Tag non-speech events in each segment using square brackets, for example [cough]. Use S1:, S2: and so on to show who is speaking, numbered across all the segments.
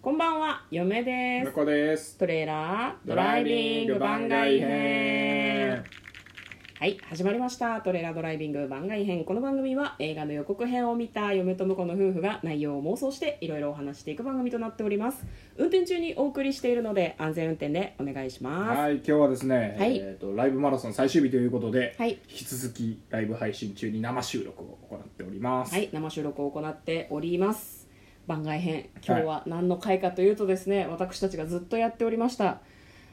S1: こんばんは、嫁で
S2: 向
S1: す。
S2: こうです
S1: トレーラードライビング番外編。はい、始まりました。トレーラードライビング番外編。この番組は映画の予告編を見た嫁と婿の夫婦が内容を妄想していろいろお話していく番組となっております。運転中にお送りしているので安全運転でお願いします。
S2: はい今日はですね、
S1: はい
S2: えー、とライブマラソン最終日ということで、
S1: はい
S2: 引き続きライブ配信中に生収録を行っております、
S1: はい、生収録を行っております。番外編、今日は何の回かというとですね、私たちがずっとやっておりました。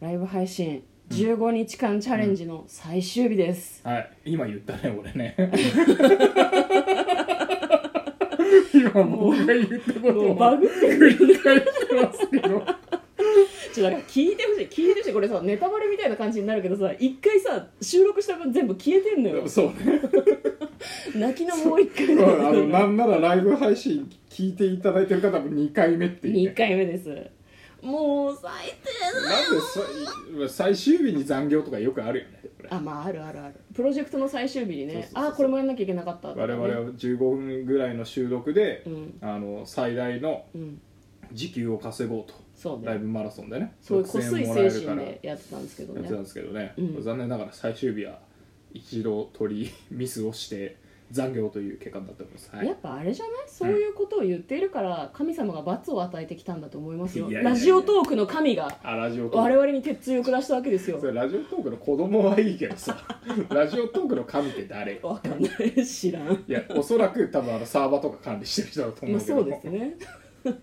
S1: ライブ配信15日間チャレンジの最終日です。
S2: はい、今言ったね俺
S1: [laughs]
S2: ね今僕が言ったこと
S1: もう
S2: を
S1: バグって
S2: 繰り返してますけど
S1: ちょっとなんか聞いてほしい、聞いてほしい、これさ、ネタバレみたいな感じになるけどさ、一回さ、収録した分全部消えてんのよ。
S2: そうね
S1: 泣きのもう一回。
S2: うん
S1: [laughs]
S2: あのなんならライブ配信聞いていただいてる方も2回目っていう、ね、
S1: 2回目です。もう最低だ。
S2: なんでさ最終日に残業とかよくあるよねこれ
S1: あ、まあ、あるあるある。プロジェクトの最終日にね、
S2: そうそうそうそ
S1: あ、
S2: う
S1: これもやんなきゃいけなかったとか
S2: 我
S1: ね、
S2: 々は15分ぐらいの収録で、
S1: うん
S2: あの最大の
S1: うん、
S2: 時給を稼ごうと
S1: そうね
S2: ライブマラソンでね
S1: そういう濃
S2: 6000
S1: い
S2: 円もらえ
S1: 精
S2: るか
S1: 神
S2: ら
S1: で
S2: や
S1: やってたんですけど
S2: って
S1: ね
S2: たんですけどね、
S1: うん
S2: 残念ながら最終日は一度取りミスをして残業という結果になっております、はい
S1: やっぱあれじゃないそういうことを言っているから神様が罰を与えてきたんだと思いますよ
S2: いやいやいや
S1: ラジオトークの神が
S2: あラジオト
S1: 我
S2: ーク
S1: 々に鉄槌を下したわけですよ
S2: それラジオトークの子供はいいけどさ [laughs] ラジオトークの神って誰
S1: わかんない知らん
S2: いやおそらく多分あのサーバーとか管理してる人だと思
S1: ま
S2: う
S1: あ
S2: けど、
S1: そうですね
S2: [laughs]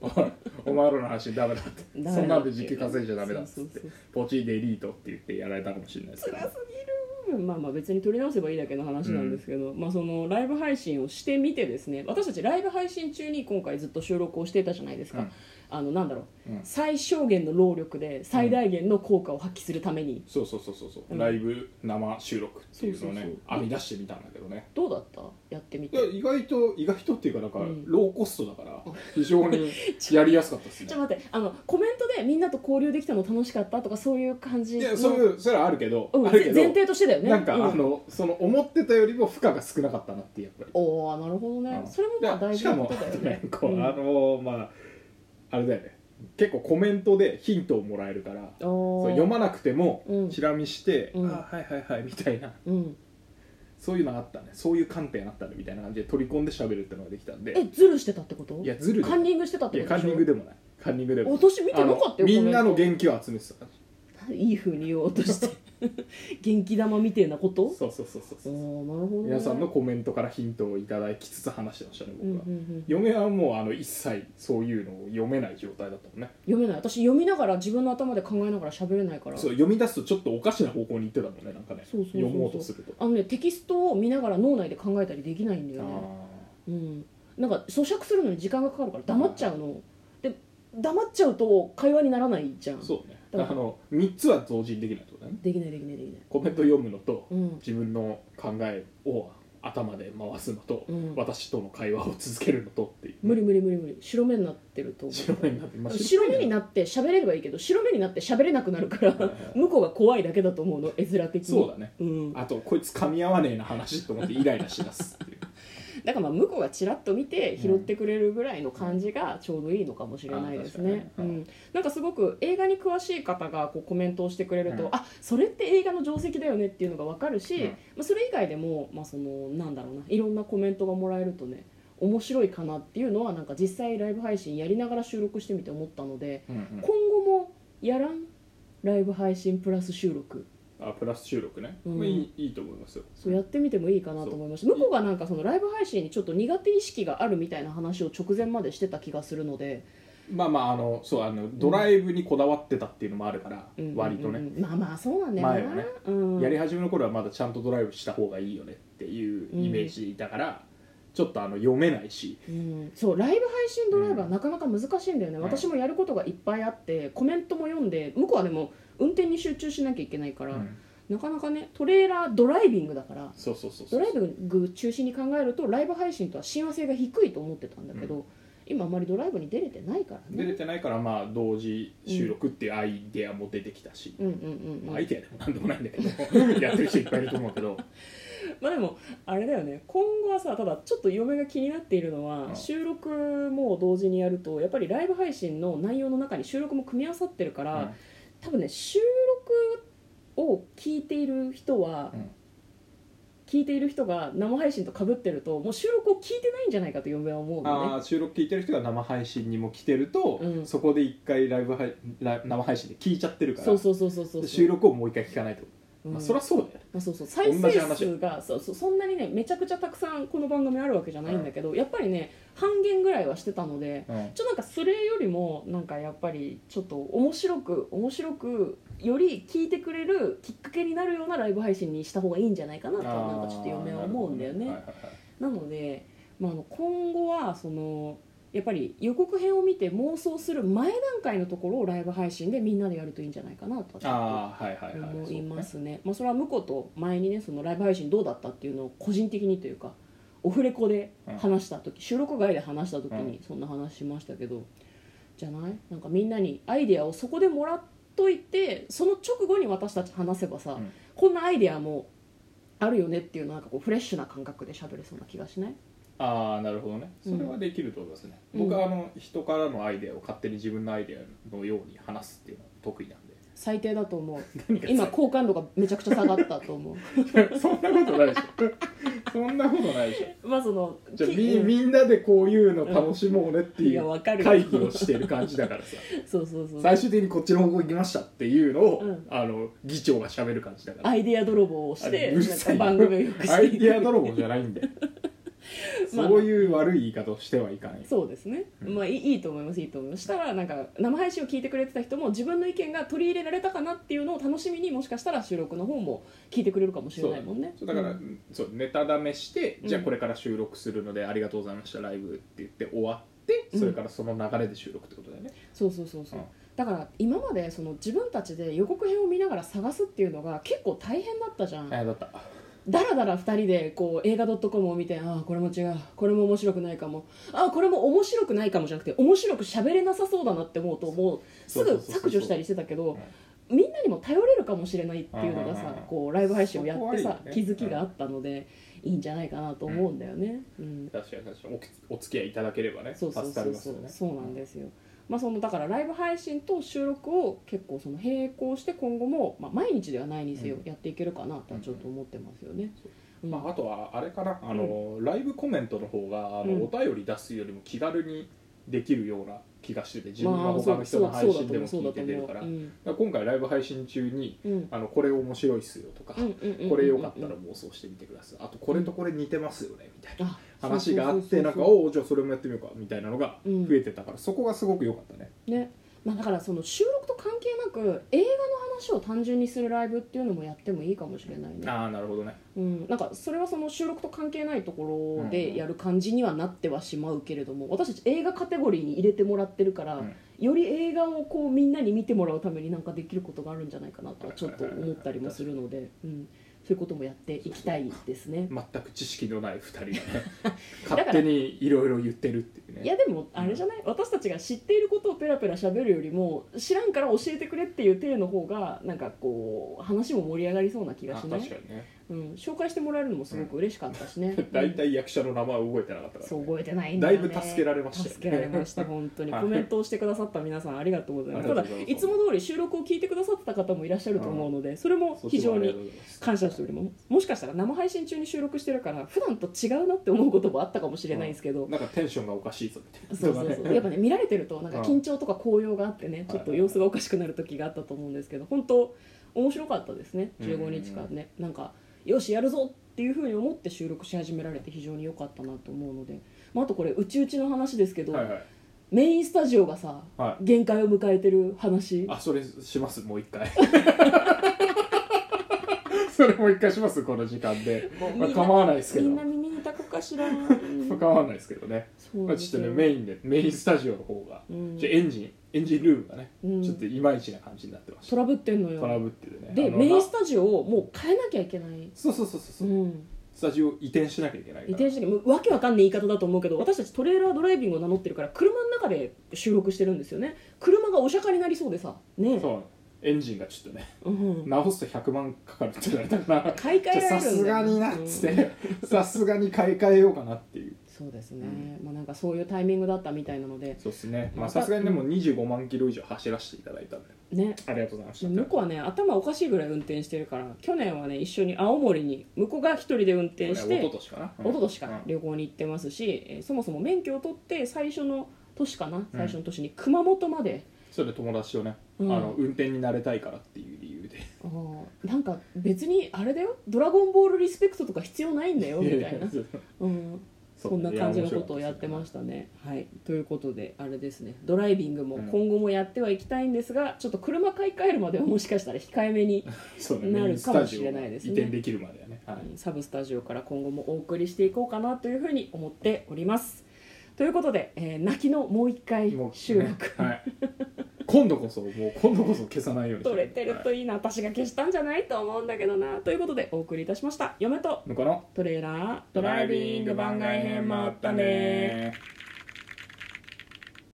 S2: おいお前らの話ダメだって
S1: ダメだって
S2: そんなんで時給稼いじゃダメだっつっ
S1: そう
S2: て
S1: そうそ
S2: ポチでリートって言ってやられたかもしれないですけど
S1: 辛すぎるまあまあ別に取り直せばいいだけの話なんですけど、まあそのライブ配信をしてみてですね私たちライブ配信中に今回ずっと収録をしていたじゃないですか、
S2: うん
S1: あのなんだろう、
S2: うん
S1: 最小限の労力で最大限の効果を発揮するために、
S2: そうそうそうそうそう、
S1: うん
S2: ライブ生収録っていうのをね
S1: そうそうそう
S2: 編み出してみたんだけどね
S1: どうだったやってみ
S2: い
S1: て
S2: や意外と意外とっていうかなんか、
S1: うん
S2: ローコストだから非
S1: [laughs]
S2: 常にやりやすかったです
S1: ち
S2: ね
S1: ょっと待ってあのコメントでみんなと交流できたの楽しかったとかそういう感じ
S2: い
S1: の
S2: やそういうそれはあるけど、
S1: うん
S2: あるけど
S1: 前提としてだよね
S2: なんか、
S1: うん
S2: あのその思ってたよりも負荷が少なかったなってやっぱり
S1: おおなるほどね
S2: うん
S1: それもまあ
S2: で
S1: 大
S2: し
S1: 事
S2: か
S1: な
S2: も
S1: ことだよね
S2: あとねこう
S1: うん
S2: あのまああれだよね結構コメントでヒントをもらえるから
S1: お
S2: そう
S1: ー
S2: 読まなくても
S1: うん
S2: チラ見して「
S1: うん
S2: あはいはいはい」みたいな
S1: うん
S2: そういうのあったねそういう観点あったねみたいな感じで取り込んで喋るってのができたん
S1: え
S2: で
S1: ズルしてたってこと
S2: いやずる
S1: カン
S2: い
S1: ニングしてたって
S2: や
S1: こと
S2: カンニングでもないカンニングでもない
S1: 私見てなかったよ
S2: あのみんなの
S1: コメ
S2: 元気を集めてた
S1: いいふうに言おうとして
S2: [laughs]
S1: 元気玉みてえなこと
S2: そうそうそう
S1: お
S2: そうそう
S1: おなるほどね
S2: 皆さんのコメントからヒントをいただきつつ話してましたね
S1: うんうん
S2: 僕は
S1: うん
S2: 嫁はもうあの一切そういうのを読めない状態だったもんね
S1: 読めない私読みながら自分の頭で考えながら喋れないから
S2: そう読み出すとちょっとおかしな方向に行ってたもんねなんかね
S1: そうそうそうそう
S2: 読もうとすると
S1: あのねテキストを見ながら脳内で考えたりできないんだよね
S2: あ
S1: うん、なんか咀嚼するのに時間がかかるから黙っちゃうので黙っちゃうと会話にならないじゃん
S2: ーそうねあ
S1: だから
S2: の3つは同時にできないってことだね
S1: できないできないできない
S2: コメント読むのと、
S1: うん
S2: 自分の考えを頭で回すのと、
S1: うん
S2: 私との会話を続けるのとっていう
S1: 無理無理無理無理白目になってると思う
S2: 白目になってまあ
S1: 白目に
S2: っ
S1: なって喋れればいいけど白目になって喋れなくなるから
S2: はいはい
S1: 向こうが怖いだけだと思うの絵面的に
S2: そうだね
S1: うん、だ
S2: あとこいつ噛み合わねえな話と思ってイライラしだすって
S1: [laughs]
S2: いう
S1: からまあ向こうがちらっと見て拾ってくれるぐらいの感じがちょうどいいのかもしれないですね、
S2: うんあー確かにね
S1: うん、なんかすごく映画に詳しい方がこうコメントをしてくれると、
S2: うん
S1: あそれって映画の定石だよねっていうのが分かるし、
S2: うん
S1: まあ、それ以外でも、まあ、そのなんだろうないろんなコメントがもらえるとね面白いかなっていうのはなんか実際ライブ配信やりながら収録してみて思ったので
S2: うんうん
S1: 今後もやらんライブ配信プラス収録
S2: あプラス収録ね、
S1: うん
S2: まあ、いいいいと思いますよ
S1: そうやってみてもいいかなと思いました向こうがなんかそのライブ配信にちょっと苦手意識があるみたいな話を直前までしてた気がするので
S2: まあまああのそうあのドライブにこだわってたっていうのもあるから、
S1: うん
S2: 割とね、
S1: うんまあまあそうなんだよ
S2: 前はね
S1: うん、
S2: やり始めの頃はまだちゃんとドライブした方がいいよねっていうイメージだから、ちょっとあの読めないし、
S1: うんそうライブ配信ドライブはなかなか難しいんだよね、
S2: うん
S1: 私もやることがいっぱいあってコメントも読んで向こうはでも運転に集中しなきゃいけないから、なかなかねトレーラードライビングだから
S2: そうそうそうそう
S1: ドライビング中心に考えるとライブ配信とは親和性が低いと思ってたんだけど、今あまりドライブに出れてないから
S2: 出れ
S1: ね
S2: てないからまあ同時収録っていうアイデアも出てきたし、
S1: うんうんうん、う
S2: ま
S1: ん
S2: あアイデアでもなんでもないんだけ
S1: [laughs]
S2: どやってる人いっぱいいると思うけど
S1: まあでもあれだよね今後はさただちょっと嫁が気になっているのは、
S2: うん
S1: 収録も同時にやるとやっぱりライブ配信の内容の中に収録も組み合わさってるから、
S2: うん
S1: 多分ね収録を聞いている人は、
S2: うん
S1: 聞いている人が生配信とかぶってるともう収録を聞いてないんじゃないかと嫁は思うのね
S2: あー収録聞いてる人が生配信にも来てると、
S1: うん
S2: そこで一回ライブ配ライ生配信で聞いちゃってるから
S1: そうそうそうそうそう
S2: で収録をもう一回聞かないと、
S1: うん
S2: まあ、そりゃそうだよね
S1: まあ、そうそう再
S2: 同じ
S1: 生
S2: 話
S1: 数がそうそうそんなにねめちゃくちゃたくさんこの番組あるわけじゃないんだけど、やっぱりね半減ぐらいはしてたので
S2: うん
S1: ちょっとなんかそれよりもなんかやっぱりちょっと面白く面白くより聞いてくれるきっかけになるようなライブ配信にした方がいいんじゃないかなとはなんかちょっと嫁は思うんだよね。
S2: あー
S1: な
S2: なるほ
S1: の
S2: どはいはいはい
S1: で、まあ、あの今後はそのやっぱり予告編を見て妄想する前段階のところをライブ配信でみんなでやるといいんじゃないかなとはちょっと
S2: あーはいはいはい
S1: 思いますね、まあ、それは向こうと前にねそのライブ配信どうだったっていうのを個人的にというかオフレコで話した時、収録外で話した時にそんな話しましたけど、じゃないなんかみんなにアイデアをそこでもらっといてその直後に私たち話せばさ、
S2: うん
S1: こんなアイデアもあるよねっていうなんかこうフレッシュな感覚で喋れそうな気がしない
S2: ああなるほどねそれはできると思いますね、
S1: うん
S2: 僕はあの人からのアイデアを勝手に自分のアイデアのように話すっていうのが得意なんで
S1: 最低だと思う
S2: 何か
S1: 今好感度がめちゃくちゃ下がったと [laughs] 思
S2: [laughs] そんなことないでしょそんなことないでしょ
S1: うまあその
S2: じゃあ
S1: き
S2: み
S1: うん
S2: みんなでこういうの楽しもうねって
S1: い
S2: い
S1: やわ
S2: う
S1: かるよ
S2: 会議をしてる感じだからさ
S1: [laughs] そうそうそう
S2: 最終的にこっちの方向行きましたっていうのを、
S1: うん
S2: あの議長がしゃべる感じだから
S1: アイデア泥棒をし
S2: あ
S1: て
S2: れうるさい
S1: なんか番組をよくしていく
S2: アイデア泥棒じゃない
S1: [laughs]
S2: んだよ
S1: まあ
S2: そういう悪い言い方をしてはいかない
S1: そうですね、
S2: うん
S1: まあいいいいと思いますいいと思いますしたらなんか生配信を聞いてくれてた人も自分の意見が取り入れられたかなっていうのを楽しみにもしかしたら収録の方も聞いてくれるかもしれないもんね
S2: そうだから、
S1: うん
S2: そうネタ試して、
S1: うん
S2: じゃあこれから収録するのでありがとうございましたライブって言って終わってそれからその流れで収録ってことだよね、
S1: そうそうそうそう、
S2: うん
S1: だから今までその自分たちで予告編を見ながら探すっていうのが結構大変だったじゃん、
S2: ああだった
S1: だらだら2人でこう映画 .com を見てああこれも違うこれも面白くないかもああこれも面白くないかもじゃなくて面白く喋れなさそうだなって思うともうすぐ削除したりしてたけどみんなにも頼れるかもしれないっていうのが
S2: うんう
S1: さ
S2: んうん
S1: こうライブ配信をやって
S2: そこ
S1: さ
S2: はいいよね
S1: 気づきがあったのでいいんじゃないかなと思うんだよね。うん
S2: 確かに確かにおお付き合いいただければね
S1: そうそう
S2: 助か
S1: そ
S2: り
S1: う
S2: ます
S1: そう
S2: よね
S1: そうなんですよ、まあ、そのだからライブ配信と収録を結構その並行して今後も、まあ、毎日ではないにせよ
S2: うん
S1: やっていけるかなとはちょっと思ってますよね。うん
S2: まあ、あとはあれかなあの、ライブコメントの方があの、
S1: うん
S2: お便り出すよりも気軽にできるような気がしてて自分
S1: ま
S2: が
S1: あ
S2: 他の人の配信でも
S1: そ
S2: 聞
S1: う
S2: い
S1: だ
S2: て
S1: そうだそうだと思う
S2: 出るから,、
S1: うん
S2: 今回ライブ配信中に
S1: うん
S2: あのこれ面白いっすよとか、
S1: うんうんうんうん
S2: これよかったら妄想してみてくださいあとこれとこれ似てますよねみたいな
S1: あ
S2: 話があっ
S1: そうそうそうそ
S2: て
S1: う
S2: なんかおおじゃあそれもやってみようかみたいなのが
S1: うん
S2: 増えてたから、そこがすごく良かったね
S1: ねまあ、だからその収録と関係なく映画の話を単純にするライブっていうのもやってもいいかもしれないね
S2: ああなるほどね
S1: うん、なんかそれはその収録と関係ないところ
S2: うんう
S1: で
S2: ん
S1: やる感じにはなってはしまうけれども私たち映画カテゴリーに入れてもらってるから、
S2: うん
S1: より映画をこうみんなに見てもらうためになんかできることがあるんじゃないかなとはちょっと思ったりもするので、うん、そういうこともやっていきたいですね。
S2: 全く知識のない2人が
S1: [laughs]
S2: ね
S1: ら
S2: 勝手にいろいろ言ってるっていうね
S1: いやでもあれじゃない、私たちが知っていることをペラペラ喋るよりも知らんから教えてくれっていう体の方がなんかこう話も盛り上がりそうな気が
S2: あ
S1: し
S2: 確
S1: な
S2: か
S1: い、
S2: にね
S1: うん、紹介してもらえるのもすごく嬉しかったしね、
S2: [laughs] 大体役者の名前を覚えてなかったから、ね、
S1: そう覚えてないん
S2: だ
S1: だ
S2: い
S1: よね
S2: ぶ助けられましたよね
S1: 助けられました本当に
S2: [laughs] はい
S1: コメントをしてくださった皆さんありがとうございますただ
S2: ありがとうござい
S1: い
S2: ま
S1: つ
S2: す
S1: も通り収録を聞いてくださってた方もいらっしゃると思うのでそれも非常に感謝しておりますもしかしたら生配信中に収録してるから普段と違うなって思うこともあったかもしれないんですけど、
S2: なんかテンションがおかしいぞみたいな
S1: そうそうそうやっぱね見られてるとなんか
S2: うん
S1: 緊張とか高揚があってねちょっと様子がおかしくなる時があったと思うんですけど本当面白かったですね15日間ねなんかよしやるぞっていうふうに思って収録し始められて非常に良かったなと思うので、まあ、あとこれうちうちの話ですけど、
S2: はいはい
S1: メインスタジオがさ、
S2: は
S1: 限界を迎えてる話
S2: あそれしますもう一回 [laughs] それもう一回しますこの時間で、まあ、構わないですけど
S1: みんな耳にたこかし
S2: [laughs]
S1: らうん
S2: まあ構わないですけどね、
S1: そう
S2: ま
S1: な
S2: あ、
S1: んで
S2: ち
S1: す
S2: ょっ
S1: よ
S2: とねメインでメインスタジオの方が、
S1: うん
S2: じゃあエンジンエンジンルームがね、
S1: うん
S2: ちょっといまいちな感じになってました
S1: トラブってんのよ
S2: トラブってるね
S1: で
S2: あの
S1: メインス
S2: な
S1: タジオをもう変えなきゃいけない
S2: そうそうそうそうう、
S1: ん
S2: タジオ移転しなきゃいけな
S1: 移
S2: いから
S1: 転してもうわけわかんない言い方だと思うけど私たちトレーラードライビングを名乗ってるから車の中で収録してるんですよね車がお釈迦になりそうでさね
S2: そうエンジンがちょっとね
S1: うん、
S2: 直すと100万かかるって言われたから
S1: 買い替え
S2: じゃ
S1: ら
S2: あ
S1: れるんだよ
S2: さすがになっつってさすがに買い替えようかなっていう
S1: そうですね、まあなんかそういうタイミングだったみたいなので
S2: そうですねまあさすがにでも25万キロ以上走らせていただいたんで
S1: ね
S2: ありがとうございました
S1: 向こうはね頭おかしいぐらい運転してるから去年はね一緒に青森に向こうが一人で運転し
S2: お
S1: て
S2: ととしかな
S1: 一昨年か
S2: うん
S1: ら旅行に行ってますし、えーそもそも免許を取って最初の年かな最初の年に熊本まで、
S2: それで友達とね、
S1: うん
S2: あの運転に慣れたいからっていう理由で
S1: あーなんか別にあれだよ「ドラゴンボールリスペクト」とか必要ないんだよみた
S2: [laughs]
S1: いな、うん、そんな感じのことをやってま
S2: し
S1: したね。はい、ということであれですねドライビングも
S2: うん
S1: 今後もやってはいきたいんですが、ちょっと車買い替えるまではもしかしたら控えめに
S2: たそうね
S1: なるかもしれないですね
S2: スタジオが移転できるまではね、はい
S1: サブスタジオから今後もお送りしていこうかなというふうに思っております。ということで、えー泣きのもう一回
S2: もう
S1: 収録、
S2: ねはい、今度こそもう今度こそ消さないように
S1: 取れてるといいな、私が消したんじゃないと思うんだけどなということでお送りいたしました嫁と
S2: のかな
S1: トレーラード
S2: ドライビング番外編もあったね